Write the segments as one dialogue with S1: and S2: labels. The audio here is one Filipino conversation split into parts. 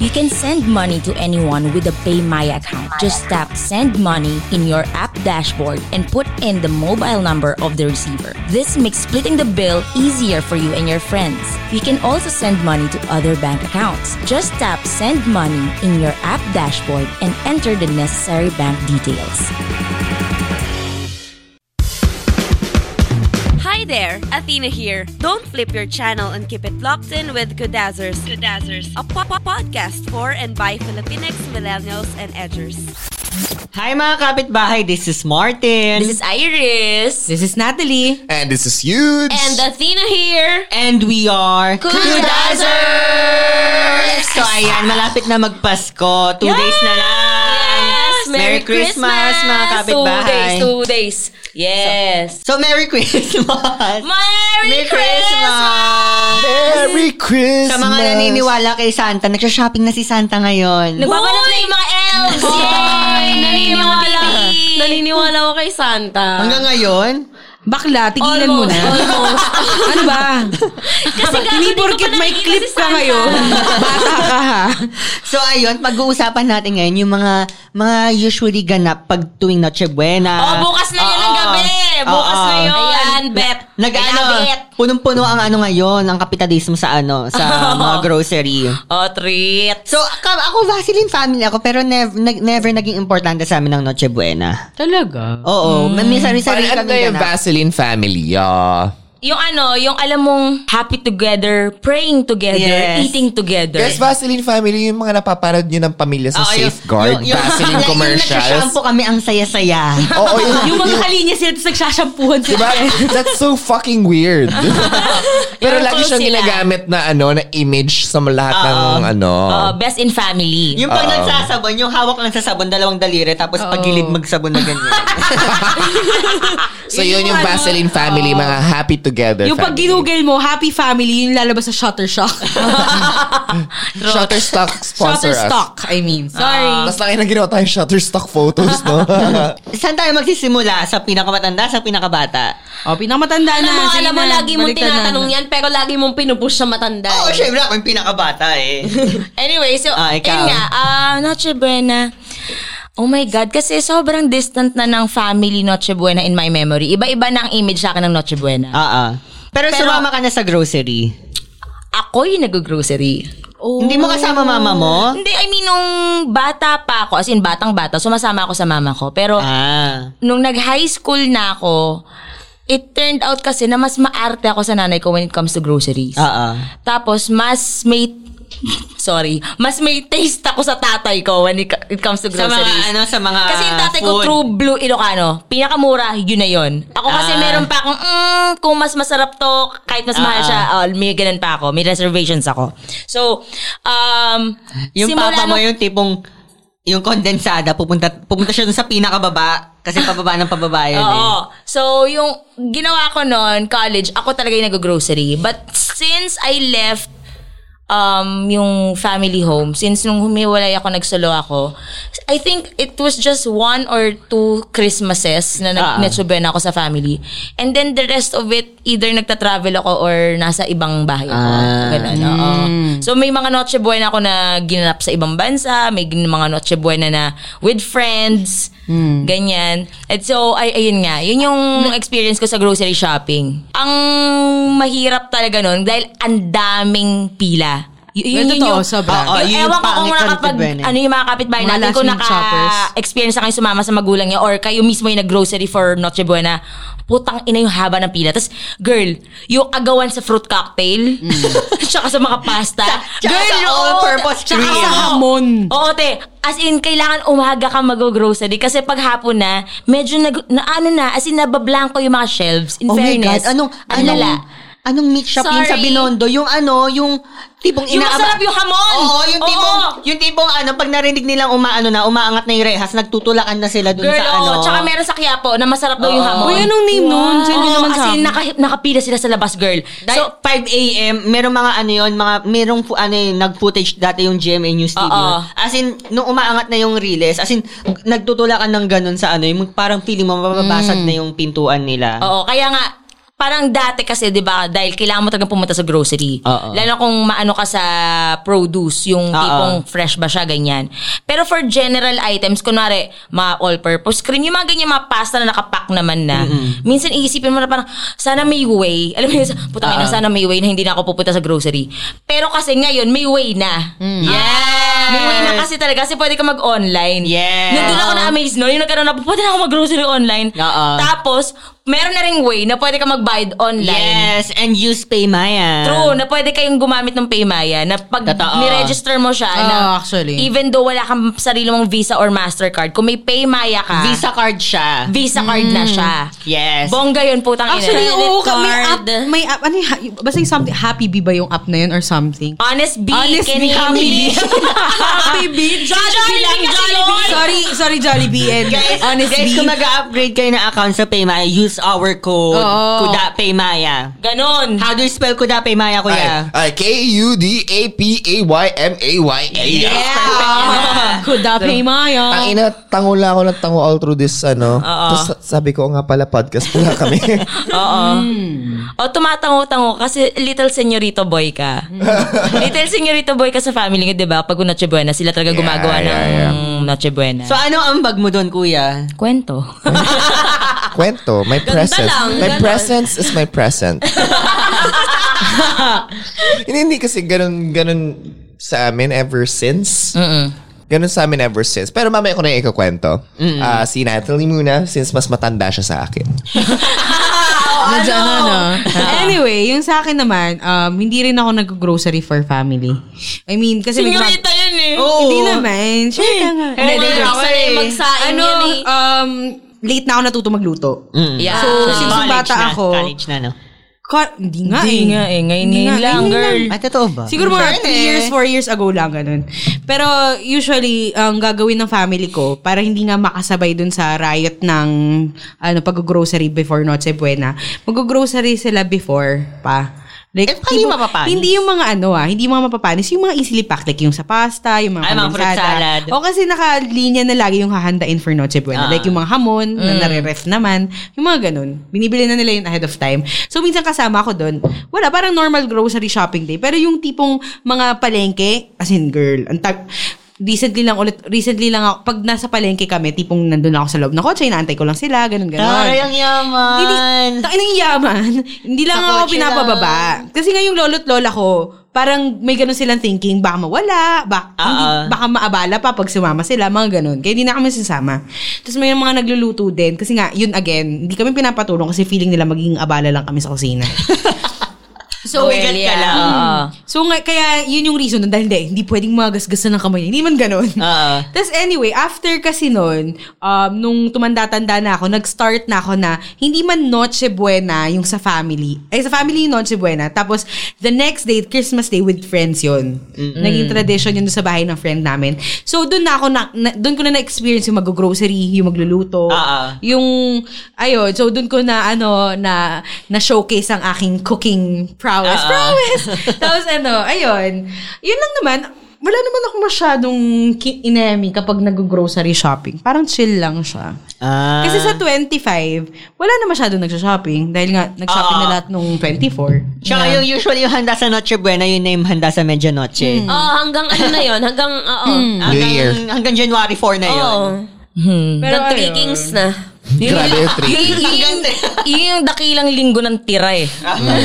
S1: You can send money to anyone with a PayMaya account. Just tap Send Money in your app dashboard and put in the mobile number of the receiver. This makes splitting the bill easier for you and your friends. You can also send money to other bank accounts. Just tap Send Money in your app dashboard and enter the necessary bank details.
S2: Hi there, Athena here. Don't flip your channel and keep it locked in with Kudazzers. Kudazzers, a po- po- podcast for and by Filipinx, millennials, and edgers.
S3: Hi mga kapitbahay, this is Martin.
S4: This is Iris.
S5: This is Natalie.
S6: And this is huge.
S4: And Athena here.
S3: And we are
S4: Kudazzers!
S3: So ayan, malapit na magpasko. Two days na lang.
S4: Yes!
S3: Merry Christmas, mga
S4: Two days,
S3: kapitbahay.
S4: two days. Yes.
S3: So Merry Christmas!
S4: Merry, Christmas!
S6: Merry Christmas.
S3: Sa mga naniniwala kay Santa, nagsha-shopping na si Santa ngayon.
S4: Nagpapalat na yung mga elves! Yay! Naniniwala. Naniniwala ako kay Santa.
S3: Hanggang ngayon,
S5: Bakla, tigilan mo na.
S4: Almost.
S5: ano ba?
S4: Kasi gago, di
S5: Hindi
S4: ko
S5: porkit
S4: pa
S5: may
S4: nakikita
S5: clip
S4: si
S5: ka
S4: Santa.
S5: ngayon. Bata ka ha.
S3: so ayun, pag-uusapan natin ngayon yung mga mga usually ganap pag tuwing Noche
S4: Oh,
S3: Buena.
S4: bukas na yun ang
S3: Oo.
S4: gabi. Bukas
S3: Oo.
S4: na yun. Ayan, bet.
S3: Nag-ano, punong-puno ang ano ngayon, ang kapitalismo sa ano, sa mga grocery.
S4: Oh, treat.
S3: So, ka- ako Vaseline family ako, pero nev- nag- never naging importante sa amin ang Noche Buena.
S4: Hmm.
S5: Talaga?
S3: Oo, mm. may
S6: Parang
S3: sarili-sarili
S6: ano
S3: kami
S6: na yung Vaseline family. ah.
S4: Yung ano, yung alam mong happy together, praying together,
S3: Yes.
S4: eating together.
S6: Yes, Vaseline family, yung mga napaparad nyo ng pamilya sa
S3: Oo, yung-
S6: safeguard,
S3: yung- yung-
S6: Vaseline
S3: yung
S6: commercials.
S3: nagsashampoo kami ang saya-saya.
S6: Oo, yung,
S5: Yung mga
S6: yung-
S5: kalinya sila tapos nagsasampuhan sila.
S6: diba? That's so fucking weird.
S4: Yung
S6: Pero lagi
S4: close
S6: siyang
S4: sila.
S6: ginagamit na ano, na image sa lahat ng ano.
S4: Oh, best in family.
S3: yung pag nagsasabon, yung hawak lang sa sabon, dalawang daliri, tapos pagilid magsabon na ganyan.
S6: so yun yung Vaseline family, mga happy together
S5: Yung pag
S6: family.
S5: ginugel mo, happy family, yung lalabas sa Shutterstock.
S6: Shutterstock sponsor us.
S5: Shutterstock, I mean.
S4: Ah.
S5: Sorry.
S6: Tapos lang yung ginawa tayong Shutterstock photos, no?
S3: Saan tayo magsisimula? Sa pinakamatanda, sa pinakabata?
S5: O, pinakamatanda
S4: alam
S5: Oh, na.
S4: mo,
S5: sige
S4: alam mo,
S5: na,
S4: lagi mong
S5: baliktad na. Oh,
S4: tinatanong yan, pero lagi mong pinupush sa matanda.
S3: Oo,
S4: eh.
S3: syempre ako yung pinakabata eh.
S4: Anyway, so,
S3: Ah,
S4: yun
S3: ikaw.
S4: nga, ah, Noche Buena. Oh my God, kasi sobrang distant na ng family Noche Buena in my memory. Iba-iba na ang image sa akin ng Noche Buena.
S3: Oo. Pero,
S4: Pero-
S3: sumama ka na sa grocery.
S4: Ako yung nag-grocery.
S3: Hindi mo kasama mama mo?
S4: Hindi, I mean, nung bata pa ako, as in batang-bata, sumasama ako sa mama ko. Pero,
S3: Ah.
S4: nung nag-high school na ako, it turned out kasi na mas maarte ako sa nanay ko when it comes to groceries.
S3: Oo.
S4: Tapos, mas may Sorry. Mas may taste ako sa tatay ko when it, it comes to
S3: Sa
S4: groceries.
S3: mga, ano, sa mga
S4: Kasi yung tatay ko
S3: food.
S4: true blue Ilocano. Pinakamura, yun na yun. Ako kasi
S3: Ah.
S4: meron pa akong, mm, kung mas masarap to, kahit mas mahal
S3: Ah.
S4: siya, oh, may ganun pa ako. May reservations ako. So, um,
S3: Yung
S4: simula
S3: papa mo
S4: nung-
S3: yung tipong yung kondensada pupunta pupunta siya dun sa pinakababa kasi pababa ng pababa yun.
S4: Oo.
S3: Eh.
S4: So, yung ginawa ko noon, college, ako talaga yung nag-grocery. But since I left um, yung family home, since nung humiwalay ako, nagsolo ako, I think it was just one or two Christmases na
S3: Ah.
S4: nag na ako sa family. And then the rest of it, either nagta-travel ako or nasa ibang bahay ako.
S3: Ah.
S4: Ganun, oo. So may mga Noche Buena ako na ginanap sa ibang bansa, may gin- mga Noche Buena na with friends,
S3: Hmm.
S4: ganyan. At so, ay, ayun nga, yun yung experience ko sa grocery shopping. Ang mahirap talaga nun dahil ang daming pila. Y-
S5: Well, totoo, sobra.
S4: yung, Ah,
S3: Oo, yun yung
S4: ewan ko kung
S3: pangit sa
S4: nakapag,
S3: Noche Buena eh.
S4: ano yung mga kapitbahay
S5: Mga
S4: natin,
S5: last
S4: kung
S5: minute shoppers.
S4: naka-experience na kayo sumama sa magulang niya or kayo mismo yung nag-grocery for Noche Buena, putang ina yung haba ng pila. Tapos, girl, yung agawan sa fruit cocktail, tsaka sa mga pasta.
S3: Hmm. tsaka sa
S4: oo,
S3: all-purpose
S4: tsaka
S3: cream.
S4: sa
S5: Hamon.
S4: Oo, te. As in, kailangan umaga ka mag-grocery kasi pag hapon na, medyo nag, na, ano na, as in, nabablanko yung mga shelves. In
S3: Oh my
S4: fairness.
S3: God, anong-
S4: ang lala.
S3: anong- Anong meat shop yun sa
S4: Sorry.
S3: Binondo? Yung ano, yung tipong
S4: Yung masarap yung hamon!
S3: Oo, yung tipong, yung tipong ano, pag narinig nilang umaano na, umaangat na yung rehas, nagtutulakan na sila dun
S4: Girl,
S3: sa
S4: oo.
S3: ano.
S4: Tsaka meron sa Quiapo na masarap daw yung hamon.
S5: Uy, anong name nun? Sino
S4: Oo,
S5: naman
S4: as
S5: sa
S4: in,
S5: akin?
S4: naka, nakapila sila sa labas, girl.
S3: Dahil
S4: So,
S3: 5 a.m., merong mga ano yun, mga, merong fu- ano yun, nag-footage dati yung GMA News TV.
S4: Oo.
S3: yun. As in, nung umaangat na yung riles, as in, nagtutulakan ng ganun sa ano, yung parang feeling mo,
S4: Mm.
S3: mababasag na yung pintuan nila.
S4: oo, kaya nga, parang dati kasi, di ba, dahil kailangan mo talagang pumunta sa grocery.
S3: Oo.
S4: Lalo kung maano ka sa produce, yung tipong fresh ba siya, ganyan. Pero for general items, kunwari, mga all-purpose cream, yung mga ganyan, mga pasta na nakapack naman na. Minsan iisipin mo na parang, sana may way. Alam mo yun, puta na, sana may way na hindi na ako pupunta sa grocery. Pero kasi ngayon, may way na.
S3: Mm.
S4: Ah,
S3: Yes!
S4: May way na kasi talaga kasi pwede ka mag-online.
S3: Yes.
S4: Nung doon ako na-amaze no, yung nagkaroon na, pwede na ako mag-grocery online.
S3: Oo.
S4: Tapos, meron na ring way na pwede ka mag-bayad online.
S3: Yes, and use Paymaya.
S4: True, na pwede kayong gumamit ng Paymaya na pag
S3: Totoo.
S4: niregister mo siya,
S5: Oo,
S4: na,
S5: Oh, actually.
S4: even though wala kang sarili mong Visa or Mastercard, kung may Paymaya ka,
S3: Visa card siya.
S4: Visa card na siya.
S3: Yes.
S4: Bongga yun, putang ina.
S5: Mm. Actually,
S4: Credit
S5: oo, ka- may app,
S4: card.
S5: may app, ano yung, ha- basta yung something, Happy Bee ba yung app na yun or something?
S4: Honest B,
S5: Honest
S4: Kenny
S5: Bee, Happy
S4: Lee.
S5: Bee. Happy Bee, Jollibee lang,
S4: Jollibee kasi
S5: Jollibee.
S4: yun.
S5: Sorry, sorry Jollibee and
S3: Guys,
S5: Honest
S3: guys,
S5: Bee.
S3: kung mag-upgrade kayo ng account sa Paymaya, use our code,
S5: Oo.
S3: Kuda Paymaya.
S4: Ganon.
S3: How do you spell Kuda Paymaya, kuya?
S6: Ay, ay, K-U-D-A-P-A-Y-M-A-Y-A.
S5: Yeah. Kuda pay
S2: Ah.
S5: Maya.
S6: Tangina, Ah, tango lang ako ng tango all through this, ano. Tapos sabi ko, "O nga pala, podcast pala kami.
S4: Oo.
S5: Hmm.
S4: O tumatango-tango kasi little señorito boy ka.
S5: Hmm.
S4: little señorito boy ka sa family nga, di ba? Pag Noche Buena, sila talaga gumagawa
S6: yeah,
S4: ng
S6: yeah.
S4: Noche Buena.
S3: So, ano ang bag mo doon, kuya?
S4: Kwento.
S5: Ano?
S6: Kwento, my presence.
S4: lang,
S6: my
S4: ganun.
S6: presence is my present. hindi, hindi kasi ganun, ganun sa amin ever since. Ganun sa amin ever since. Pero mamaya ko na yung ikakwento. Ah, si Natalie muna, since mas matanda siya sa akin.
S5: Nandiyan na, no? anyway, yung sa akin naman, um, hindi rin ako nag-grocery for family. I mean, kasi may gumag-
S4: Señorita yun eh. Hmm.
S3: Oo.
S5: Hindi naman. Sure ka nga.
S4: Hindi, hindi,
S5: Wala
S4: magsain
S5: ako eh.
S4: magsain
S5: ano,
S4: yun eh. Hmm.
S5: um, late na ako natuto magluto.
S4: Yeah.
S5: So, since nung bata
S3: na,
S5: ako,
S3: College na, no?
S5: Ka- hindi nga
S4: Hindi
S5: eh.
S4: nga eh. Ngayon,
S5: Hindi
S4: ngayon
S5: nga.
S4: lang,
S5: Ngayon
S4: girl.
S3: Ay, totoo ba?
S5: Siguro
S3: Sorry,
S5: mga 3
S3: eh.
S5: years, 4 years ago lang, ganun. Pero usually, ang gagawin ng family ko, para hindi nga makasabay dun sa riot ng ano, pag-grocery before Noche Buena, mag-grocery sila before pa. Like,
S3: Eh, paano yung
S5: tipo,
S3: mapapanis?
S5: Hindi yung mga ano ah, hindi yung mga mapapanis, yung mga easily packed, like yung sa pasta, yung mga
S3: Ay, mga fruit
S5: kondensada.
S3: salad.
S5: O kasi nakalinya na lagi yung hahandain for Noche Buena.
S3: Ah.
S5: Like yung mga hamon, na nare-ref naman, yung mga ganun. Binibili na nila yun ahead of time. So minsan kasama ako doon, wala, parang normal grocery shopping day. Pero yung tipong mga palengke, as in girl, ang tag- recently lang ulit, recently lang ako, pag nasa palengke kami, tipong nandun ako sa loob ng kotse, inaantay ko lang sila, ganun, ganun.
S3: Ay, ang yaman.
S5: Hindi, takin ng yaman. Hindi lang
S3: Sa
S5: ako
S3: kotse
S5: pinapababa. Kasi nga yung lolo't lola ko, parang may ganun silang thinking, baka mawala, baka,
S3: Ah,
S5: hindi,
S3: ah.
S5: baka maabala pa pag sumama sila, mga ganun. Kaya hindi na kami sasama. Tapos may mga nagluluto din. Kasi nga, yun again, hindi kami pinapatulong kasi feeling nila magiging abala lang kami sa kusina. Mm-hmm.
S3: so, well, Mm. ka lang.
S4: Oo.
S5: So, nga, kaya yun yung reason nun. Dahil hindi, hindi pwedeng magasgasan ng kamay. Hindi man ganun.
S3: Oo.
S5: Tapos anyway, after kasi nun, um, nung tumanda-tanda na ako, nag-start na ako na hindi man Noche Buena yung sa family. Ay, sa family yung Noche Buena. Tapos, the next day, Christmas Day with friends yun. Naging tradition yun sa bahay ng friend namin. So, doon na ako, na, na, doon ko na na-experience yung mag-grocery, yung magluluto.
S3: Ah, ah.
S5: Yung, ayun, so doon ko na, ano, na, na-showcase ang aking cooking prowess.
S2: Ah.
S5: Prowess! Tapos ano, ayun. Yun lang naman, wala naman ako masyadong ki- inemi kapag nag-grocery shopping. Parang chill lang siya.
S3: Ah.
S5: Kasi sa 25, wala na masyadong nagsha-shopping dahil nga nag-shopping
S2: Ah.
S5: na lahat nung 24.
S3: Tsaka yung usually yung handa sa Noche Buena, yun na yung handa sa Medianoche.
S5: Mm.
S2: Oo, hanggang ano na yun. Hanggang, oo.
S6: New Year.
S3: Hanggang, hanggang January 4 na yun.
S2: Oo.
S5: Pero ano
S2: Hanggang three
S5: ayun.
S2: kings na.
S6: Grabe yung trip.
S4: Yung, yung, yung, yung dakilang linggo ng tira eh.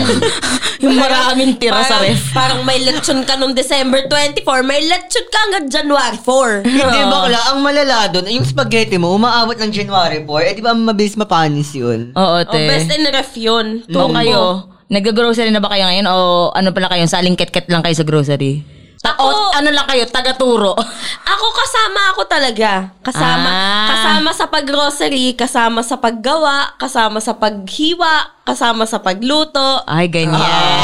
S4: yung maraming tira sa
S2: Parang-
S4: ref.
S2: Parang may lechon ka nung December 24, may lechon ka hanggang January 4.
S3: Hindi ba kala, ang malala doon, yung spaghetti mo, umaabot ng January 4, eh di ba mabilis mapanis yun?
S4: Oo,
S2: Oh,
S4: te.
S2: best in ref yun.
S4: O kayo, nag-grocery na ba kayo ngayon o ano pala kayo, saling ket-ket lang kayo sa grocery? Ako, ano lang kayo, taga-turo.
S2: Ako kasama ako talaga. Kasama.
S4: Ah.
S2: Kasama sa paggrocery, kasama sa paggawa, kasama sa paghiwa, kasama sa pagluto.
S4: Ay,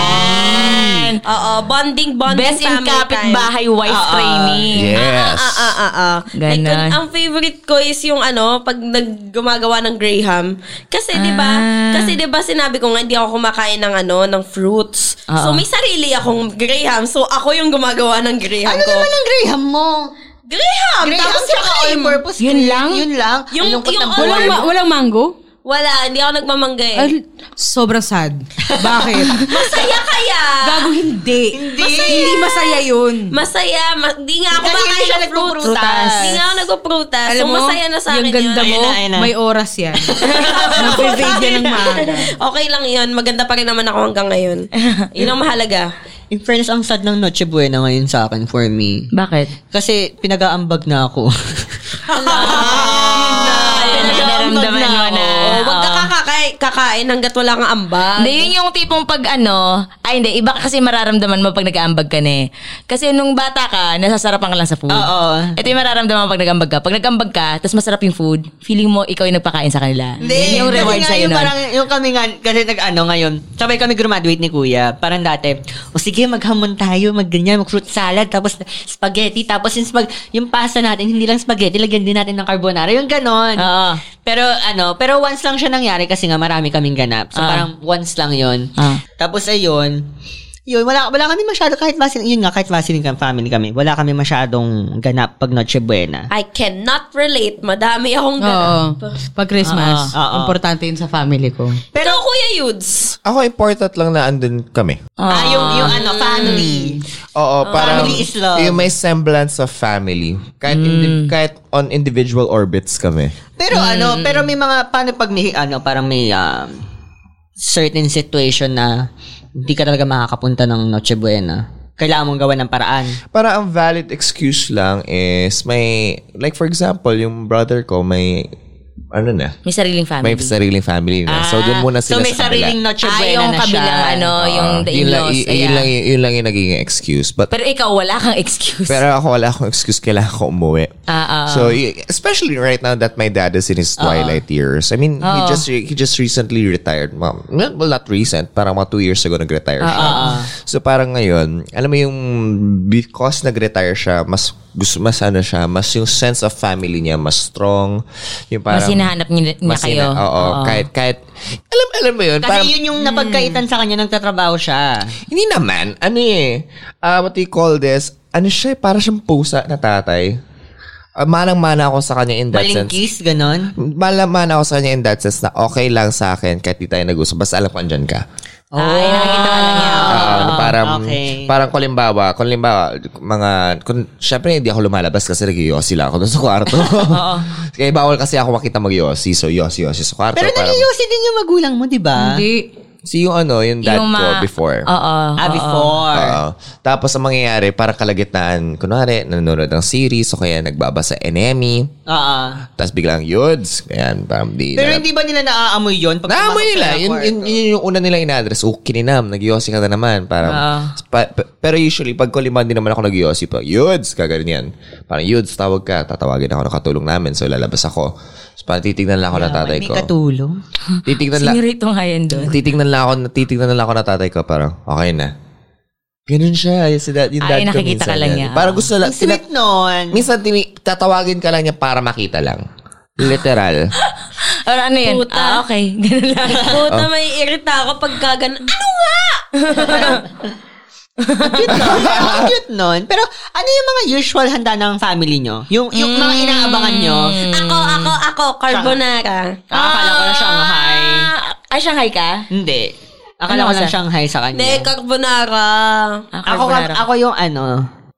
S4: ganyan.
S2: Oo, bonding, bonding
S4: Best in
S2: family
S4: kapitbahay
S2: time.
S4: wife
S2: Oo.
S4: training.
S6: Yes.
S2: Ah, ah, ah, ah. Like,
S4: Ganon.
S2: kun- ang favorite ko is yung ano, pag naggumagawa ng Graham. Kasi, di ba,
S4: Ah.
S2: kasi di ba sinabi ko nga, hindi ako kumakain ng ano, ng fruits.
S4: Oo.
S2: So, may sarili akong Graham. So, ako yung gumagawa ng Graham
S3: Ano
S2: ko.
S3: naman ang Graham mo?
S2: Graham!
S3: Graham
S2: tapos
S3: tsaka
S2: cream.
S3: all-purpose
S4: Yun
S3: cream.
S4: lang?
S3: Yun lang.
S2: Yung-
S3: Ang lungkot
S2: yung
S3: ng
S2: all-
S3: buhay
S5: Walang,
S3: mo.
S5: ma- walang mango?
S2: Wala, hindi ako nagmamangga eh.
S5: Al- sobrang sad. Bakit?
S2: Masaya kaya!
S5: Gago hindi. Hindi. Hindi masaya yun.
S2: Masaya, ma- di nga ako
S3: Dahil hindi
S2: makain
S3: siya
S2: ng fruits.
S3: nagpuprutas.
S2: Di nga ako nagpuprutas. So, masaya na sa akin
S5: yung ganda
S2: yun.
S5: mo,
S3: Ayun na, ayun na.
S5: may oras yan. Nag-evade yan ng maaga.
S2: Okay lang yun. Maganda pa rin naman ako hanggang ngayon. Yun ang mahalaga.
S3: In fairness, ang sad ng Noche Buena ngayon sa akin for me.
S4: Bakit?
S3: Kasi pinag-aambag na ako.
S4: Naramdaman mo na.
S2: Oh, wag ka
S4: Oo.
S2: kakakain, kakain hanggat wala kang ambag.
S4: Hindi, yun yung tipong pag ano, ay hindi, iba kasi mararamdaman mo pag nag-aambag ka na eh. Kasi nung bata ka, nasasarapan ka lang sa food.
S3: Oo.
S4: Ito yung mararamdaman mo pag nag-aambag ka. Pag nag-aambag ka, tapos masarap yung food, feeling mo ikaw yung nagpakain sa kanila. Yun yung
S3: kasi
S4: reward
S3: nga,
S4: sa'yo
S3: yung
S4: nun.
S3: Parang, yung kami nga, kasi nag-ano ngayon, sabay kami graduate ni Kuya. Parang dati, o sige, maghamon tayo, magganyan, mag-fruit salad, tapos spaghetti, tapos yung, spag- yung pasta natin, hindi lang spaghetti, lagyan din natin ng carbonara, yung ganon.
S4: Oo.
S3: Pero ano, pero once lang siya nangyari kasi nga marami kaming ganap. So
S4: Ah.
S3: parang once lang yon.
S4: Ah.
S3: Tapos ayun, yun, wala, wala kami masyado, kahit vaccine, yun nga, kahit vaccine family kami, wala kami masyadong ganap pag Noche Buena.
S2: I cannot relate. Madami akong
S5: Oo.
S2: ganap.
S5: Pag Christmas,
S3: Oo.
S5: importante yun sa family ko.
S2: Pero Kuya Yudes,
S6: Ako important lang na andun kami.
S3: Ah, yung, yung ano, family.
S6: Oo, parang
S3: Ah, Family is love. Hmm.
S6: yung may semblance of family. Kahit, indi- kahit on individual orbits kami.
S3: Pero ano, pero may mga paano pag may ano, parang may um, certain situation na hindi ka talaga makakapunta ng Noche Buena. Kailangan mong gawa ng paraan.
S6: Para ang valid excuse lang is may, like for example, yung brother ko may, ano na,
S4: May sariling family.
S6: may sariling family na. so, dun muna
S3: Ah, So
S6: sila
S3: may
S6: sa kabila.
S3: sariling Noche
S4: Ah,
S3: Buena
S4: yung
S3: na siya.
S4: kabilang ano, yung
S6: Ah,
S4: the
S6: yun lang,
S4: in-laws.
S6: y- yun,
S4: ayan.
S6: lang, yun, lang yung naging excuse. But,
S4: Pero ikaw, wala kang excuse.
S6: pero ako wala akong excuse, kailangan ko umuwi.
S4: Ah, ah.
S6: So y- especially right now that my dad is in his twilight years. I mean,
S4: Oh.
S6: he just re- he just recently retired. Mom, well, not recent. Parang mga two years ago nag-retire
S4: Ah,
S6: siya. So parang ngayon, alam mo yung because nag-retire siya, mas gusto mas ano siya, mas yung sense of family niya mas strong. Yung parang
S4: mas hinahanap niya, niya
S6: mas
S4: kayo.
S6: hina- Oo, kahit kahit alam alam mo yun,
S3: Kasi
S6: parang-
S3: yun yung napagkaitan sa kanya, nagtatrabaho siya.
S6: hindi naman. Ano eh. ah, what do you call this? Ano siya eh, Para siyang pusa na tatay. Ah, manang-mana ako sa kanya in that sense.
S3: Balingkis, ganon.
S6: Malaman ako sa kanya in that sense na okay lang sa akin kahit di tayo nag-usap. Basta alam ko andyan ka.
S4: Ah, Ay, nakikita ka na niya.
S6: Ah, na parang,
S3: okay.
S6: parang kulimbawa, kulimbawa, mga, kun, syempre hindi ako lumalabas kasi nag-yossi lang ako doon sa kwarto. Kaya bawal kasi ako makita mag-yossi. So, yossi, yossi sa kwarto.
S3: Pero
S6: parang-
S3: nag-iusin din yung magulang mo, di ba?
S5: Hindi.
S6: Si yung ano, yung dad
S4: Yung
S6: ko
S4: mga-
S6: before.
S4: Oo.
S3: Ah, before.
S6: Oo. tapos ang mangyayari, para kalagitnaan, kunwari, nanonood ng series o kaya nagbabasa enemy,
S3: Oo.
S6: E, tapos biglang yuds, ayan, bam, di.
S3: Pero hindi ba nila naaamoy yun? Pag
S6: Naamoy
S3: pumasok
S6: nila.
S3: sila
S6: Yun,
S3: kwarto?
S6: yun, yun yung una nila in-address. Oh, kininam. Nag-yossi ka na naman. Parang,
S3: Ah.
S6: pa- pa- pero usually, pag kuliman din naman ako nag-yossi pa. Yuds! Kagarin yan. Parang, Yuds, tawag ka. Tatawagin ako ng katulong namin. So, lalabas ako. So, parang titignan lang ako ng tatay
S3: May
S6: ko.
S3: katulong.
S6: Titignan lang.
S4: Sinurito nga yan doon.
S6: Titignan lang ako, titignan lang ako na tatay ko, parang, okay na. Ganun siya. Yung, si dad, yung dad
S4: Ay,
S6: ko
S4: nakikita
S6: minsan
S4: ka lang
S6: yan.
S4: niya.
S6: Parang gusto lang,
S3: Ang sweet
S6: tina-
S3: nun.
S6: minsan tini- tatawagin ka lang niya para makita lang. Literal.
S4: Or ano yun?
S2: Puta.
S4: Ah, okay. Ganun lang.
S2: puta may irita ako pag gagan. Ano nga?
S3: cute nun. Ang cute nun. Pero ano yung mga usual handa ng family nyo? Yung, yung mga inaabangan nyo?
S2: Ako, ako, ako, carbonara.
S3: Ah, akala ko na Shanghai.
S4: Ah, ay, Shanghai ka?
S3: Hindi.
S4: Ano
S3: Akala ko lang
S4: sa-
S3: Shanghai sa kanya.
S2: Hindi, Eh, carbonara.
S4: Ah,
S3: ako,
S4: carbonara.
S3: ako yung ano.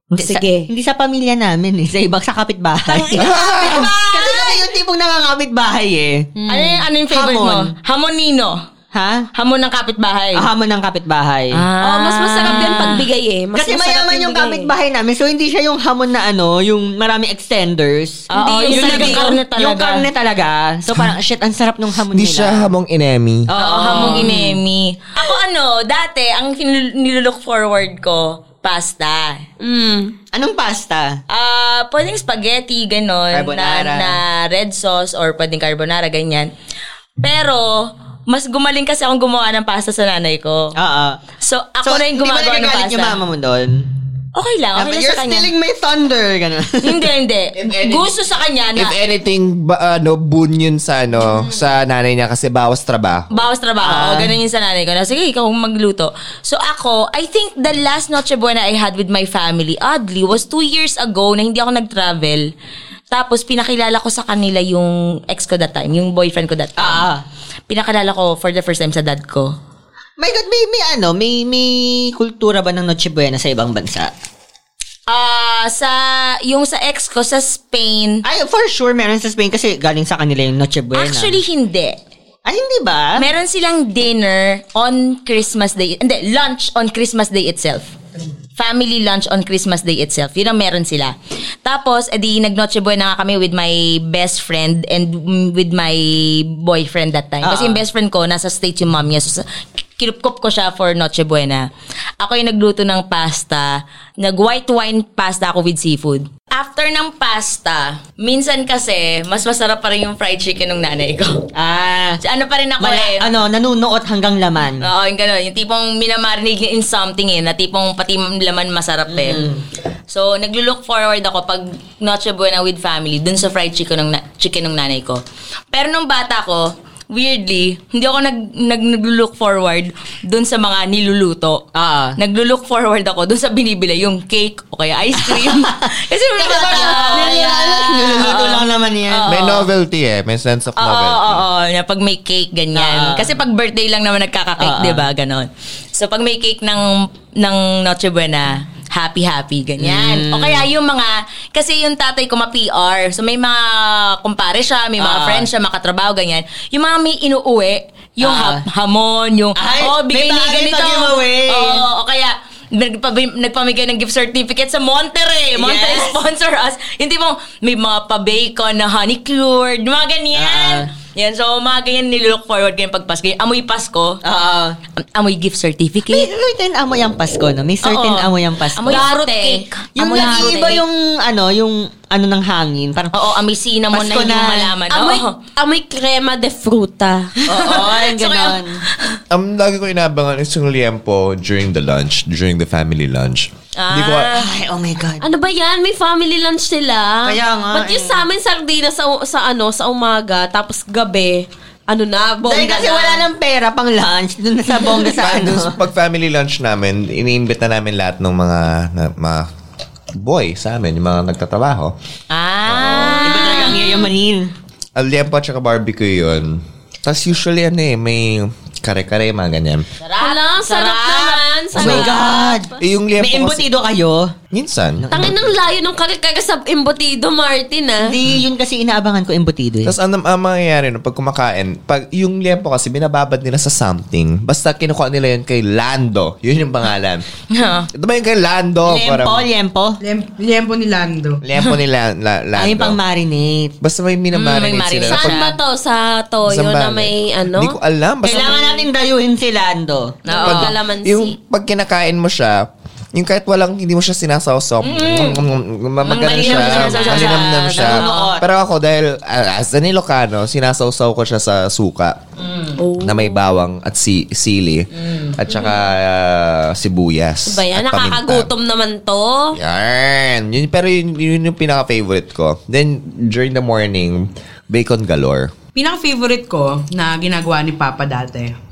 S3: Hindi,
S2: Sige.
S3: Sa, hindi sa pamilya namin eh. Sa ibang sa kapitbahay. Kasi kami yung tipong nangangapit bahay eh.
S4: Ano yung, ano yung favorite
S3: Hamon. Ah,
S4: mo? Hamonino.
S3: Ha?
S4: Hamon ng kapitbahay.
S3: Ahamon ng kapitbahay.
S4: Ah,
S2: Oh, mas masarap yan pagbigay eh. Mas
S3: Kasi
S2: masarap
S3: mayaman yung
S2: bigay eh.
S3: kapitbahay namin. So hindi siya yung hamon na ano, yung marami extenders.
S4: Oo, yung talagang karne talaga.
S3: Yung karne talaga. So parang, shit, ang sarap ng hamon
S6: Hindi
S3: nila.
S6: siya hamong inemi.
S4: Oh, Oo, hamong inemi. Ako ano, dati, ang nilolook forward ko, pasta.
S3: Anong pasta?
S4: Ah, pwedeng spaghetti, ganon.
S3: Carbonara.
S4: Na, na red sauce or pwedeng carbonara, ganyan. Pero, mas gumaling kasi akong gumawa ng pasta sa nanay ko.
S3: Oo.
S4: So, ako na yung gumagawa ng pasta.
S3: yung mama mo doon?
S4: Okay lang, okay
S3: Sabi,
S4: lang
S3: You're
S4: sa kanya.
S3: stealing my thunder. Ganun.
S4: Hindi, hindi.
S6: anything-
S4: Gusto sa kanya na
S6: If anything, ba, ano, boon yun sa, ano,
S4: Mm.
S6: sa nanay niya kasi bawas trabaho.
S4: bawas
S3: Ah.
S4: trabaho. ganun yun sa nanay ko. Na, sige, ikaw ang magluto. So ako, I think the last Noche Buena I had with my family, oddly, was two years ago na hindi ako nag-travel. Tapos pinakilala ko sa kanila yung ex ko that time, yung boyfriend ko that time.
S3: Ah.
S4: Pinakilala ko for the first time sa dad ko.
S3: My God, may, may ano, may, may kultura ba ng Noche Buena sa ibang bansa?
S4: Ah, sa yung sa ex ko sa Spain,
S3: Ay, for sure, meron sa Spain kasi galing sa kanila yung Noche Buena.
S4: actually hindi.
S3: ay, hindi ba?
S4: Meron silang dinner on Christmas Day. Hindi, lunch on Christmas Day itself. Family lunch on Christmas Day itself. Yun ang meron sila. Tapos, edi nag-Noche Buena nga kami with my best friend and mm, with my boyfriend that time.
S3: Ah.
S4: Kasi yung best friend ko, nasa state yung mom niya. So, sa- kinupkup ko siya for Noche Buena. Ako yung nagluto ng pasta. Nag-white wine pasta ako with seafood. After ng pasta, minsan kasi, mas masarap pa rin yung fried chicken ng nanay ko.
S3: ah,
S4: So, ano pa rin ako
S3: mala-
S4: eh.
S3: ano, nanunuot hanggang laman.
S4: Oo, yung gano'n. Yung tipong minamarinate niya in something eh, na tipong pati laman masarap eh. So, naglulook forward ako pag Noche Buena with family, dun sa fried chicken ng, na- chicken ng nanay ko. Pero nung bata ko, weirdly, hindi ako nag, nag, naglulook forward dun sa mga niluluto.
S3: Ah.
S4: Naglulook forward ako dun sa binibili, yung cake o kaya ice cream. Kasi may bata
S3: Niluluto
S4: Oh.
S3: lang naman yan.
S6: May novelty eh. May sense of
S4: Oo,
S6: novelty.
S4: oo, oo. Na pag may cake, ganyan.
S3: Oo.
S4: Kasi pag birthday lang naman nagkaka-cake,
S3: Oo.
S4: di ba? Ganon. So pag may cake ng, ng Noche Buena, happy-happy, ganyan.
S3: Mm.
S4: O kaya yung mga, kasi yung tatay ko ma-PR. So may mga kumpare siya, may mga
S3: Oo.
S4: friends siya, makatrabaho, ganyan. Yung mga may inuuwi, yung
S3: Oo.
S4: ha- hamon, yung,
S3: Ah. Ay,
S4: oh,
S3: may
S4: bigay niya
S3: bagay
S4: ganito.
S3: pa giveaway.
S4: Oo, o kaya, nagpabi- nagpamigay ng gift certificate sa Monterey. Monterey
S3: Yes.
S4: sponsor us. Hindi mo, may mga pa-bacon na honey cured, mga ganyan.
S3: Ah.
S4: Yan, so mga ganyan nilook forward ko yung pagpasko. Yung amoy Pasko,
S3: Oo.
S4: am- amoy gift
S3: Ah. May
S4: certificate.
S3: certain amoy ang Pasko, no? May certain
S4: Oo.
S3: amoy ang Pasko.
S4: Amoy
S3: Yung
S4: fruitcake.
S3: yung
S4: amoy
S3: nag-iiba
S4: fruitcake.
S3: yung, ano, yung, ano ng hangin. Parang,
S4: Oo, amoy cinnamon na
S3: Pasko
S4: yung
S3: na.
S4: malaman.
S2: Amoy,
S4: Oo.
S2: amoy crema de fruta.
S3: oo, yung
S4: So, kaya-
S3: ganon.
S6: Ang lagi ko inaabangan is yung liempo during the lunch, during the family lunch.
S4: Ah.
S6: Hindi ko,
S3: Ay, oh my God.
S2: Ano ba yan? May family lunch sila.
S3: Kaya nga,
S2: Ba't yung
S3: eh.
S2: sa amin sardinas sa, sa ano, sa umaga, tapos gabi, ano na, bongga
S3: Dahil kasi
S2: na.
S3: wala nang pera pang lunch. Doon na sa bongga sa
S6: Dun sa
S3: ano.
S6: pag family lunch namin, iniimbita na namin lahat ng mga, na, mga boy sa amin, yung mga nagtatrabaho.
S4: Ah.
S3: Iba talagang yayamanin.
S6: Ang liempo at saka barbecue yun. Tapos usually ano eh, may kare-kare, mga ganyan.
S2: Wala, sarap, naman.
S3: Oh
S2: Sarap.
S3: my God.
S6: Eh, yung liempo
S3: May
S6: kasi,
S3: embutido kayo?
S6: minsan.
S2: Tangin ng layo ng kakikaga sa embutido, Martin, ah.
S3: Hindi, yun kasi inaabangan ko embutido eh.
S6: Tapos ang, ang mangyayari no, pag kumakain, pag yung liempo kasi binababad nila sa something. Basta kinukuha nila yun kay Lando. Yun yung pangalan. Ito ba yung kay Lando?
S3: Liempo,
S6: Parang-
S3: liempo.
S5: Lem- Liempo ni Lando.
S6: liempo ni La- La- Lando.
S3: Ay, yung pang marinate.
S6: Basta may minamarinate
S4: Mm, may
S6: sila.
S4: marinate.
S2: Saan ba to? Sa toyo
S6: Saan ba?
S2: na may ano?
S6: Hindi ko alam. Basta
S3: Kailangan natin dayuhin si Lando.
S2: Oo.
S6: pag,
S2: Kalamansi.
S6: yung pag kinakain mo siya, yung kahit walang, hindi mo siya sinasawsaw. Mm.
S4: Malinam
S6: Magana siya.
S4: siya sinasawsaw siya.
S6: Malinamnam siya.
S4: Nanunuot.
S6: Pero ako, dahil uh, as an Ilocano, sinasawsaw ko siya sa suka
S2: Mm.
S6: na may bawang at si sili at saka ah, sibuyas
S2: ba Mm. yan?
S6: at paminta.
S2: Nakakagutom naman to.
S6: Yan. Yun, pero yun, yun yung pinaka-favorite ko. Then, during the morning, bacon galore.
S5: Pinaka-favorite ko na ginagawa ni Papa dati,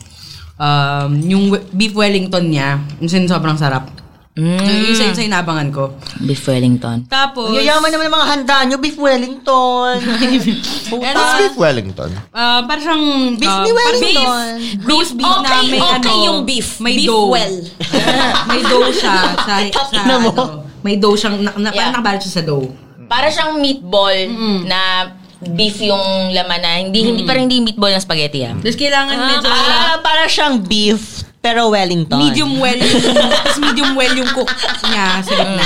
S5: um, yung we- beef wellington niya, yung sin- sobrang sarap. Yung isa yun sa inabangan ko.
S4: Beef Wellington.
S5: Tapos,
S3: Yayaman naman ang mga handa nyo, beef wellington.
S5: Pero,
S6: What's beef Wellington?
S5: ah, para siyang,
S3: Beef
S5: ah,
S3: ni
S5: parang
S3: Wellington.
S5: Beef, roast beef na
S2: okay,
S5: may
S2: okay
S5: ano,
S2: yung beef.
S5: May
S2: beef
S5: dough.
S2: well.
S5: may dough siya. Sa, sa,
S3: Ina mo.
S5: ano, may dough siyang, na, na,
S4: Yeah.
S5: parang nakabalot siya sa dough.
S4: Para siyang meatball na beef yung laman na. Hindi, hindi parang hindi meatball ng spaghetti ah.
S5: Tapos kailangan medyo,
S3: ah, para siyang beef, pero wellington.
S5: medium well yung, tapos medium well yung cook niya sa gitna.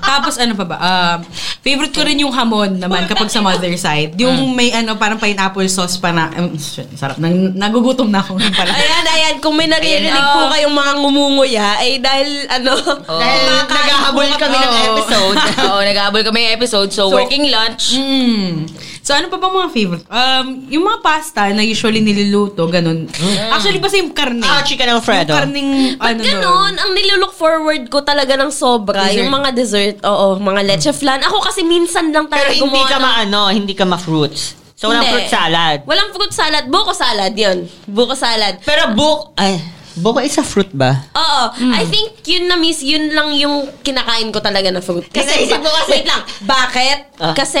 S5: Tapos ano pa ba? Um, Favorite ko rin yung hamon naman kapag sa mother side.
S3: Hmm.
S5: Yung may ano, parang pineapple sauce pa na, um, shit, sarap. Nang, nagugutom na ako ngayon pala.
S2: Ayan, ayan. Kung may naririnig
S3: oh.
S2: po kayong mga ngumunguya, ay dahil ano,
S4: Dahil
S2: naghahabol
S4: kami ng episode. Oo, nag-aabol kami ng episode. So, working lunch.
S2: mm,
S5: So ano pa ba mga favorite? Um, yung mga pasta na usually niluluto, ganun. Actually, basta yung karne.
S3: Hmm. Ah, chicken Alfredo.
S5: Yung karning,
S2: Pag
S3: Oh,
S5: ano
S2: ganun,
S5: nun.
S2: ang nililook forward ko talaga ng sobra,
S5: Dessert.
S2: yung mga dessert, oo, mga leche flan. Ako kasi minsan lang
S3: Pero
S2: talaga
S3: hindi ka
S2: ng-
S3: maano, hindi ka ma-fruits. So, walang
S2: Hindi.
S3: fruit salad.
S2: Walang fruit salad. Buko salad, yun. Buko salad.
S3: Pero book, ay, buko is a fruit ba?
S2: Oo.
S3: Hmm.
S2: I think yun na miss, yun lang yung kinakain ko talaga na fruit.
S3: Kasi isip ko kasi-
S2: Wait lang. Bakit?
S3: Ah.
S2: Kasi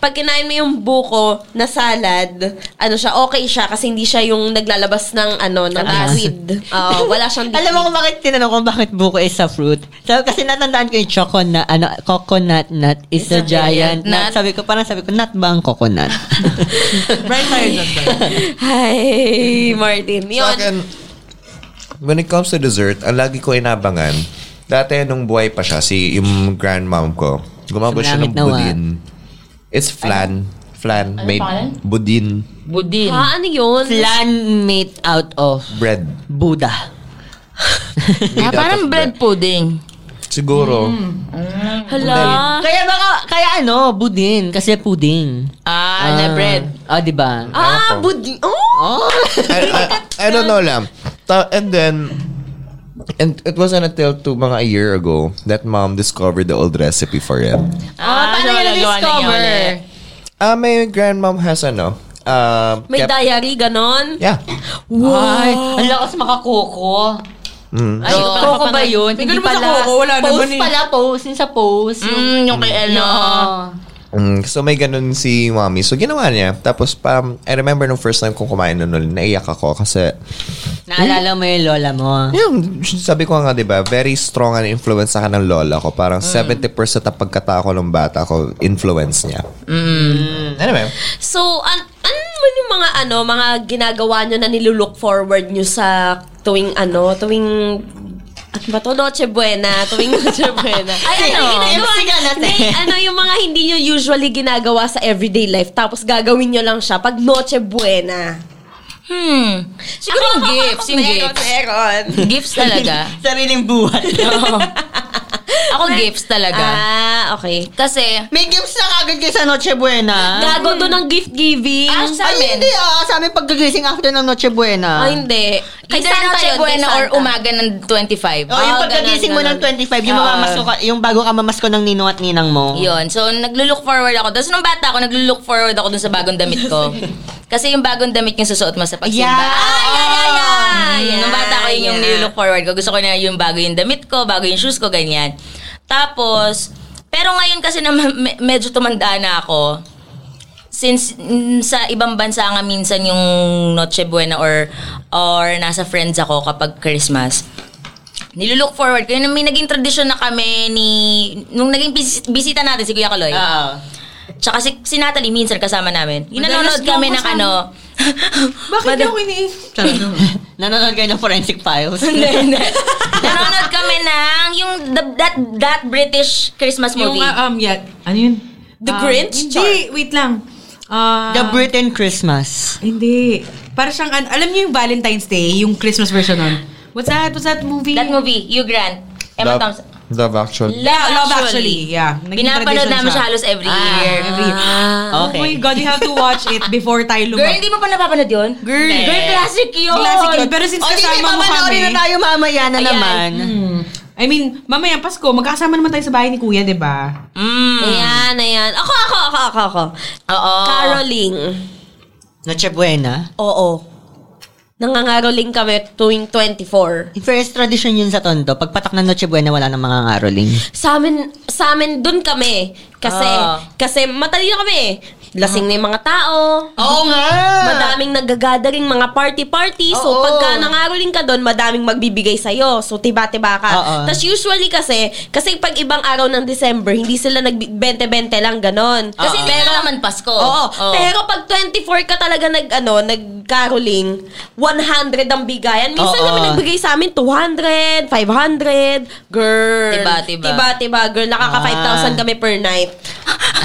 S2: pag kinain mo yung buko na salad, ano siya, okay siya kasi hindi siya yung naglalabas ng ano, ng
S3: Ah.
S2: liquid. Oo, wala siyang liquid.
S3: Alam mo kung bakit tinanong ko bakit buko is a fruit? Sabi, kasi natandaan ko yung choconut, ano, coconut nut is a giant nut.
S4: nut.
S3: Sabi ko, parang sabi ko, nut ba ang coconut?
S5: Bright tayo dyan.
S2: Hi, Martin.
S6: Sa
S2: Yun.
S6: akin, when it comes to dessert, ang lagi ko inabangan, dati nung buhay pa siya, si yung grandmom ko, gumagawa siya ng
S3: Sumamit na wa.
S6: budin. It's flan. Flan made budin
S4: Budin.
S2: Ha, ano yun?
S3: Flan made out of
S6: bread.
S3: Buddha.
S4: Ah, parang bread pudding.
S6: Siguro.
S2: Hala.
S3: Kaya baka, kaya ano, budin. Kasi puding.
S4: Ah, na bread.
S3: Ah, di ba?
S2: Ah, budi. Oh!
S3: Oh!
S6: I, I, I don't know lang. Ta- and then, and it wasn't until two, mga a year ago that mom discovered the old recipe for it.
S4: Ah,
S2: paano
S4: so nagawa
S2: yun
S4: na niya
S2: na-discover?
S4: ulit.
S6: Ah, my grandmom has ano, uh,
S2: May
S6: kept-
S2: diary, ganon.
S6: Yeah.
S3: Why? Ang lakas makakoko. Ay,
S4: Oo.
S3: koko ba yun? Hindi
S5: naman sa koko, wala naman
S3: Post
S5: eh.
S3: pala, post. Yung sa post. Yung,
S4: Mm, yung kay Ella.
S6: Mm, so may ganun si mommy. So ginawa niya. Tapos pa, I remember nung first time kong kumain nun, ulit, naiyak ako kasi,
S3: naalala mo yung lola mo.
S6: yun, sabi ko nga, di ba, very strong ang influence sa akin ng lola ko. Parang 70% ng pagkatao ko ng bata ko, influence niya. Mm. Anyway,
S2: So, an ano man yung mga ano, mga ginagawa nyo na nilulook forward nyo sa tuwing ano, tuwing ano ba to? Noche Buena. Tuwing Noche Buena. Ay, ano? ginagawa- Hindi, ano yung mga hindi nyo usually ginagawa sa everyday life tapos gagawin nyo lang siya pag Noche Buena.
S4: Hmm. Siguro yung gifts, yung
S2: Meron,
S4: gifts.
S2: meron.
S4: Gifts talaga.
S3: Sariling buhat.
S4: Ako gifts talaga.
S2: Ah, okay.
S4: Kasi,
S3: May gifts na kagad kayo sa Noche Buena.
S2: Gago to ng gift giving.
S4: Ah, sa
S3: Ay,
S4: amin.
S3: hindi ah. Sa amin pagkagising after ng Noche Buena.
S2: Ah, hindi. Kay
S4: Either
S2: Santa
S4: Noche
S2: yun, kay
S4: Buena or
S2: Santa.
S4: umaga ng 25.
S3: Oh, yung
S2: Ah,
S3: pagkagising mo
S2: ganun,
S3: ng 25, yung,
S4: Oo.
S3: mamamasko ka, yung bago ka mamasko ng nino at ninang mo.
S4: Yun. So, naglo-look forward ako. Tapos nung bata ako, naglo-look forward ako dun sa bagong damit ko. Kasi yung bagong damit yung susuot mo sa pagsimba. Ah,
S3: Yeah.
S4: Ay, ay, ay, ay.
S2: Mm-hmm. Yeah,
S4: Nung bata ko, yun yung
S2: yeah.
S4: nililook forward ko. Gusto ko na yung bago yung damit ko, bago yung shoes ko, ganyan. Tapos, pero ngayon kasi na me- medyo tumanda na ako, since mm, sa ibang bansa nga minsan yung Noche Buena or or nasa friends ako kapag Christmas, nilulook forward ko. Yun, may naging tradisyon na kami ni... Nung naging bis- bisita natin si Kuya Kaloy.
S3: Oo.
S4: Tsaka si, si Natalie minsan kasama namin. Yung
S5: Madalas
S4: nanonood kami
S5: daw
S4: ng
S5: kasama.
S4: ano...
S5: Bakit di ako iniisip? Charot.
S3: Nanonood kayo ng forensic files.
S4: Hindi, hindi. Nanonood kami ng yung the- that that British Christmas
S5: Yung,
S4: movie.
S5: ah, um, yeah. Ano yun?
S2: The
S5: Um,
S2: Grinch?
S5: Hindi, wait lang. Ah,
S3: Ah, The Britain Christmas.
S5: Hindi. Para siyang, an- alam niyo yung Valentine's Day, yung Christmas version nun. What's that? What's that movie?
S4: that movie, Hugh Grant, Emma
S6: love,
S4: Thompson.
S6: love actually.
S5: Yeah, Love Actually. Yeah. Naging
S4: Pinapanood
S5: tradition
S4: namin siya halos every year.
S5: Every-
S3: Okay.
S5: Oh my God, you have to watch it before tayo
S4: Girl,
S5: lumabas.
S4: hindi mo pa napapanood yun?
S5: Girl,
S4: Girl, classic yun!
S5: Classic yun. Pero since
S3: O, di,
S5: kasama mo
S3: papanoorin
S5: kami-
S3: Oh, na tayo mamaya na
S4: Ayan.
S3: naman.
S5: I mean, mamaya Pasko, magkakasama naman tayo sa bahay ni Kuya, di ba?
S2: Ayan, ayan. Ako, ako, ako, ako, ako.
S4: Oo.
S2: Caroling.
S3: Noche Buena.
S2: Oo. Nangangaroling kami tuwing 24.
S3: First tradition yun sa Tondo. Pagpatak ng Noche Buena, wala nang mga ngaroling.
S2: Sa amin, sa amin dun kami. Kasi,
S4: Ah.
S2: kasi matalino kami. lasing na yung mga tao.
S3: Oo nga!
S2: Madaming nag-gathering, mga party-party. So,
S3: Oo.
S2: pagka nangaruling ka doon, madaming magbibigay sa'yo. So, tiba-tiba ka.
S3: Oo.
S2: Tapos usually kasi, kasi pag ibang araw ng December, hindi sila nag-20-20 lang ganon.
S4: Kasi hindi na naman Pasko.
S2: Ah, Oo.
S4: Oo.
S2: Pero pag 24 ka talaga nag ano, nag-caroling, 100 ang bigayan. Minsan
S3: Oo.
S2: naman nagbigay sa amin 200, 500. Girl.
S4: Tiba, tiba.
S2: Tiba, tiba, girl. Nakaka
S4: Ah.
S2: 5,000 kami per night.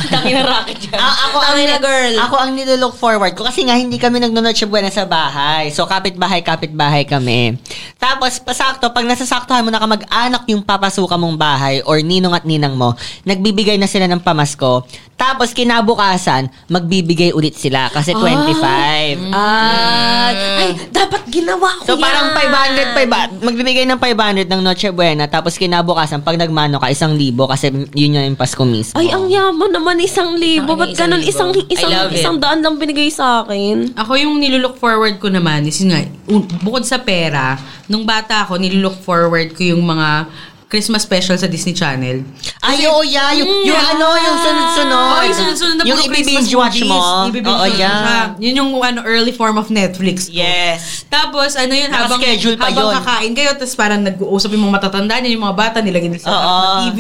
S2: Tangin na rocket yan.
S3: A- Ah, ako ang
S2: Tangin na girl.
S3: Ako ang nilook forward ko kasi nga hindi kami nagnonoche buena sa bahay. So kapit-bahay, kapit-bahay kami. Tapos pasakto, pag nasasaktuhan mo na kamag-anak yung papasukan mong bahay or ninong at ninang mo, nagbibigay na sila ng pamasko. Tapos kinabukasan, magbibigay ulit sila kasi 25.
S2: At,
S4: Hmm.
S2: ay, dapat ginawa ko
S3: So
S2: yan.
S3: parang 500, 500, magbibigay ng 500 ng Noche Buena tapos kinabukasan pag nagmano ka, isang libo kasi yun yung Pasko mismo.
S2: Ay, ang yaman naman, isang libo.
S4: Ang
S2: Ba't
S4: isang
S2: ganun,
S4: libo.
S2: isang,
S4: I
S2: isang,
S4: love it.
S2: isang daan lang binigay sa akin?
S5: Ako yung nilulook forward ko naman is yun nga, un- bukod sa pera, nung bata ako, nilulook forward ko yung mga Christmas special sa Disney Channel.
S3: Ay, oo, yeah. Yung, yung ano, yung sunod-sunod.
S5: mm, Oh, yung sunod-sunod na
S3: Yung
S5: puro Christmas
S3: ibibinge watch
S5: movies.
S3: mo.
S5: Ibibinge
S3: Oo,
S5: watch mo
S3: yeah.
S5: siya. Yun yung ano, early form of Netflix ko.
S3: Yes.
S5: Tapos, ano yun, habang,
S3: Nakaschedule pa
S5: habang
S3: yun.
S5: kakain kayo, tapos parang nag-uusap yung mga matatanda niya, yung mga bata, nilagay nila sa
S3: Oo.
S5: harap ng TV.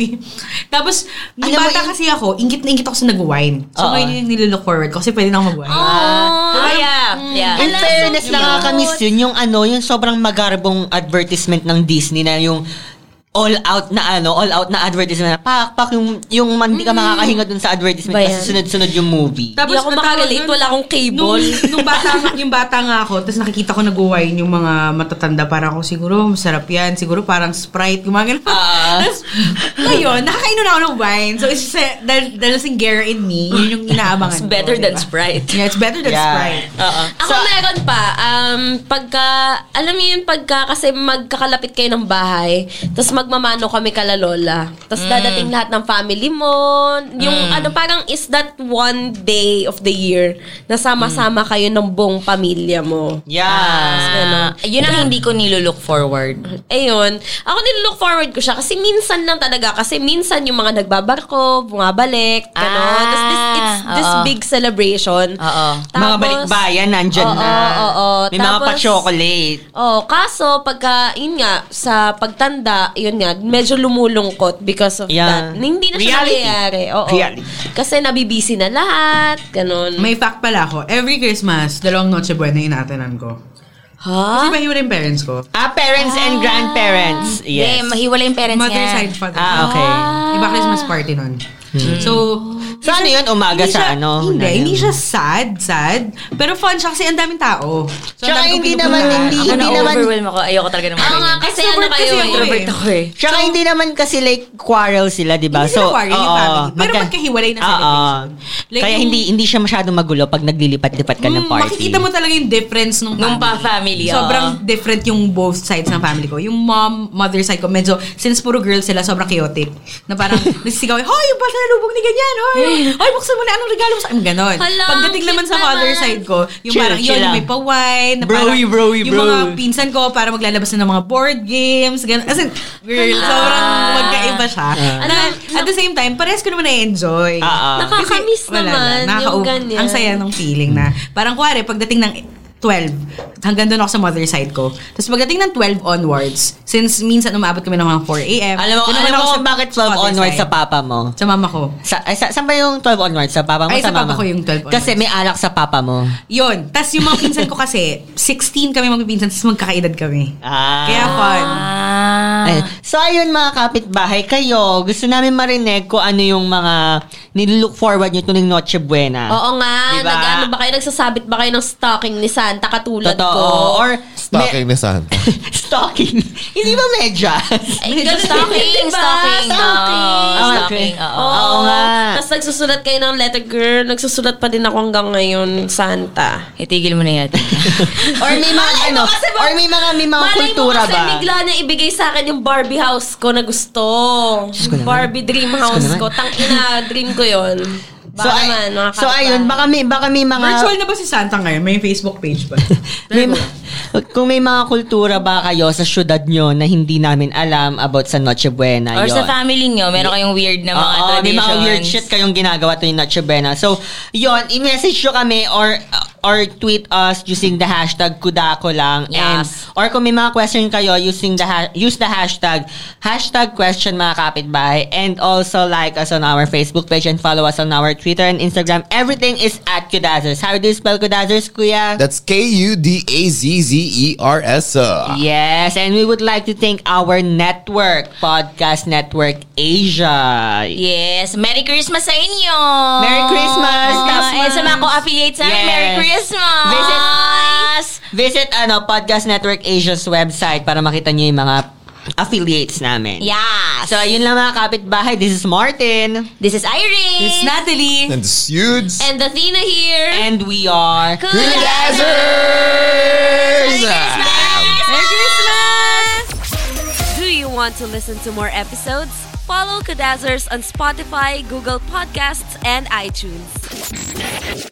S5: tapos, nung
S3: Alam mo,
S5: bata
S3: in-
S5: kasi ako, ingit na ingit ako sa nag-wine. So,
S3: Oo.
S5: ngayon yun yung nilulook forward ko kasi pwede na ako mag-wine.
S2: Oh,
S4: Ah, yeah. yeah.
S3: In fairness,
S5: diba?
S3: nakakamiss yun. Yung ano, yung sobrang magarbong advertisement ng Disney na yung all out na ano, all out na advertisement. na Pak, pak, yung, yung man, hindi ka
S5: Mm.
S3: makakahinga dun sa advertisement
S2: Ba
S3: kasi
S2: yan?
S3: sunod-sunod yung movie.
S2: Hindi ako
S5: ang tawag
S2: makarelate,
S5: nun,
S2: wala akong cable.
S5: Nung, nung bata, nga- yung bata nga ako, tapos nakikita ko nag-wine yung mga matatanda. Para ako, siguro, masarap yan. Siguro parang Sprite, gumagano.
S4: Ah.
S5: Tapos, ngayon, nakakainom na ako ng wine. So, it's just, a- dahil, dahil singgera in me, yun yung
S4: It's
S5: inaabangan
S4: better
S5: ko,
S4: than
S5: diba?
S4: Sprite. Um,
S5: Yeah, it's better than
S3: Yeah.
S5: Sprite.
S2: Ako meron pa. Um, pagka, alam mo yun, pagka kasi magkakalapit kayo ng bahay, tapos magmamano kami kala lola. Tapos
S4: Mm.
S2: dadating lahat ng family mo. Yung ano, parang is that one day of the year na sama-sama
S4: Mm.
S2: kayo ng buong pamilya mo.
S3: Yeah.
S4: Ah, yun ang hindi ko nilulook forward.
S2: Ayun. Ako nilook forward ko siya kasi minsan lang talaga. Kasi minsan yung mga nagbabarko, bumabalik, gano'n.
S4: Ah,
S2: Tapos this, it's this
S4: oo.
S2: big celebration.
S4: Oo.
S5: Ah,
S3: mga
S2: Tapos-
S3: balikbayan, nandyan
S2: Oo,
S3: na.
S2: oo, oo.
S3: May mga
S2: Tapos-
S3: pa-chocolate.
S2: Oh, kaso pagka yun nga sa pagtanda, yun nga medyo lumulungkot because of
S3: Yeah.
S2: that. Hindi na siya
S3: Reality.
S2: nangyayari. Oo.
S3: Reality.
S2: Kasi nabibisi na lahat, ganun.
S5: May fact pala ako. Every Christmas, dalawang Noche Buena yung inaatanan ko. Kasi
S2: ha?
S5: mahiwala yung parents ko.
S3: Ah, parents and grandparents.
S4: Yes.
S3: Yes.
S4: mahiwala yung parents
S5: Mother
S4: niya.
S5: side, father.
S3: Ah, okay. Hmm.
S5: Iba Christmas party nun. So,
S3: So ano yun? Umaga
S5: Hindi
S3: sa
S5: siya-
S3: ano?
S5: Hindi,
S3: Hunan
S5: hindi
S3: yun.
S5: siya sad, sad. Pero fun siya kasi ang daming tao. So, ang
S3: Tsaka
S5: dami kong
S3: hindi
S5: pinupuntahan.
S3: naman, hindi,
S4: Ako
S3: hindi naman
S4: na-overwhelm ako. Ayoko talaga naman.
S2: Ako nga kasi ano
S5: Extrovert kasi
S2: kayo eh.
S5: ako eh.
S4: Introvert ako eh.
S3: Tsaka hindi naman kasi like quarrel sila, di ba?
S5: Hindi sila quarrel, yung
S3: oo,
S5: family. Pero
S3: magka-
S5: magkahiwalay na
S3: Oo.
S5: celebration. Like,
S3: Kaya
S5: yung-
S3: hindi hindi siya masyadong magulo pag naglilipat-lipat ka ng
S5: Mm,
S3: Ano? party.
S5: Makikita mo talaga yung difference nung
S4: Nung pa- family, oo.
S5: Sobrang different yung both sides ng family ko. Yung mom, mother side ko, medyo, since puro girl sila, sobrang chaotic. Na parang, nagsisigaw, hoy, yung pala nalubog ni ganyan, hoy,
S3: Hmm.
S5: hoy, buksan mo na, anong regalo mo sa, Ang ganon.
S2: Hala,
S5: Pagdating
S2: cute
S5: naman sa
S2: naman.
S5: father side ko, yung
S3: Chill,
S5: parang,
S3: chill
S5: yun, yung
S3: lang.
S5: may pa-wine, na parang,
S3: Broy, broy,
S5: yung mga
S3: bro.
S5: pinsan ko, para maglalabas na ng mga board games, ganon. As in, girl, sobrang magkaiba siya.
S3: Ah. Ano,
S5: na, at the same time, parehas ko naman na-enjoy.
S3: Oo.
S2: Nakakamiss
S5: Wala
S2: naman
S5: na,
S2: yung
S5: nakakaup-
S2: ganyan.
S5: Ang saya nung feeling na, parang kuwari, pagdating ng 12, hanggang doon ako sa mother side ko. Tapos pagdating ng 12 onwards, since minsan umabot kami ng mga 4 a.m.
S3: Alam mo,
S5: doon
S3: alam
S5: naman
S3: mo
S5: ako
S3: kung bakit 12
S5: mother
S3: onwards
S5: side.
S3: sa papa mo?
S5: Sa mama ko.
S3: Sa, ay, sa, saan ba yung 12 onwards? Sa papa mo?
S5: Ay, sa
S3: mama
S5: papa ko
S3: mo?
S5: yung 12
S3: Kasi may alak sa papa mo.
S5: Yun. Tapos yung mga pinsan ko kasi, 16 kami magpipinsan, tapos magkakaedad kami.
S3: Ah.
S5: Kaya fun.
S3: Ayun. So ayun mga kapitbahay, kayo, gusto namin marinig kung ano yung mga nilook forward nyo tuning Noche Buena.
S2: Oo nga,
S3: Diba?
S2: nag ano ba kayo nagsasabit ba kayo ng stocking ni Santa katulad
S3: Totoo.
S2: ko?
S3: Or
S6: Stocking ni Santa.
S3: Stalking. Hindi ba medyas?
S4: Ay, ganun
S2: Stocking,
S4: din,
S2: diba?
S4: stocking.
S2: Stocking.
S4: Oo,
S3: Ah,
S4: Stocking.
S3: okay.
S4: oo.
S3: Oo nga.
S2: Tapos nagsusulat kayo ng letter girl, nagsusulat pa din ako hanggang ngayon Santa.
S4: Itigil mo na yan.
S3: or may mga
S2: Malay
S3: ano,
S2: mo kasi ba-
S3: or may mga may mga
S2: Malay
S3: kultura
S2: mo kasi
S3: ba?
S2: bigla niya ibigay sa akin yung Barbie house ko na gusto. Barbie dream house ko. Tang ina, dream ko yon. Baka
S3: ay-
S2: naman, mga
S3: so ayun, baka may, baka may mga...
S5: Virtual na ba si Santa ngayon? May Facebook page ba?
S3: May ma- kung may mga kultura ba kayo sa syudad nyo na hindi namin alam about sa Noche Buena,
S4: Or
S3: yun.
S4: sa family nyo, meron kayong weird na mga
S3: Oo,
S4: traditions.
S3: May mga weird shit kayong ginagawa tuwing Noche Buena. So, yon i-message nyo kami or or tweet us using the hashtag Kudako lang. And,
S4: Yes.
S3: or kung may mga question kayo, using the ha- use the hashtag hashtag question mga kapitbahay. And also like us on our Facebook page and follow us on our Twitter and Instagram. Everything is at Kudazers. How do you spell Kudazers, Kuya?
S7: That's K U D A Z Z E R S.
S3: Yes, and we would like to thank our network, Podcast Network Asia.
S4: Yes. Merry Christmas sa inyo!
S3: Merry Christmas! Tapos
S4: Christmas! Eh, sa mga co-affiliate sa amin,
S3: Yes.
S4: Merry Christmas!
S3: Visit- Visit ano, Podcast Network Asia's website para makita niyo yung mga affiliates namin.
S4: Yes!
S3: So, yun lang mga kapitbahay. This is Martin.
S4: This is Irene! This is Natalie!
S7: And Sudes.
S2: And Athena here.
S3: And we are...
S2: Merry Christmas! Do you want to listen to more episodes? Follow Kadazzers on Spotify, Google Podcasts, and iTunes.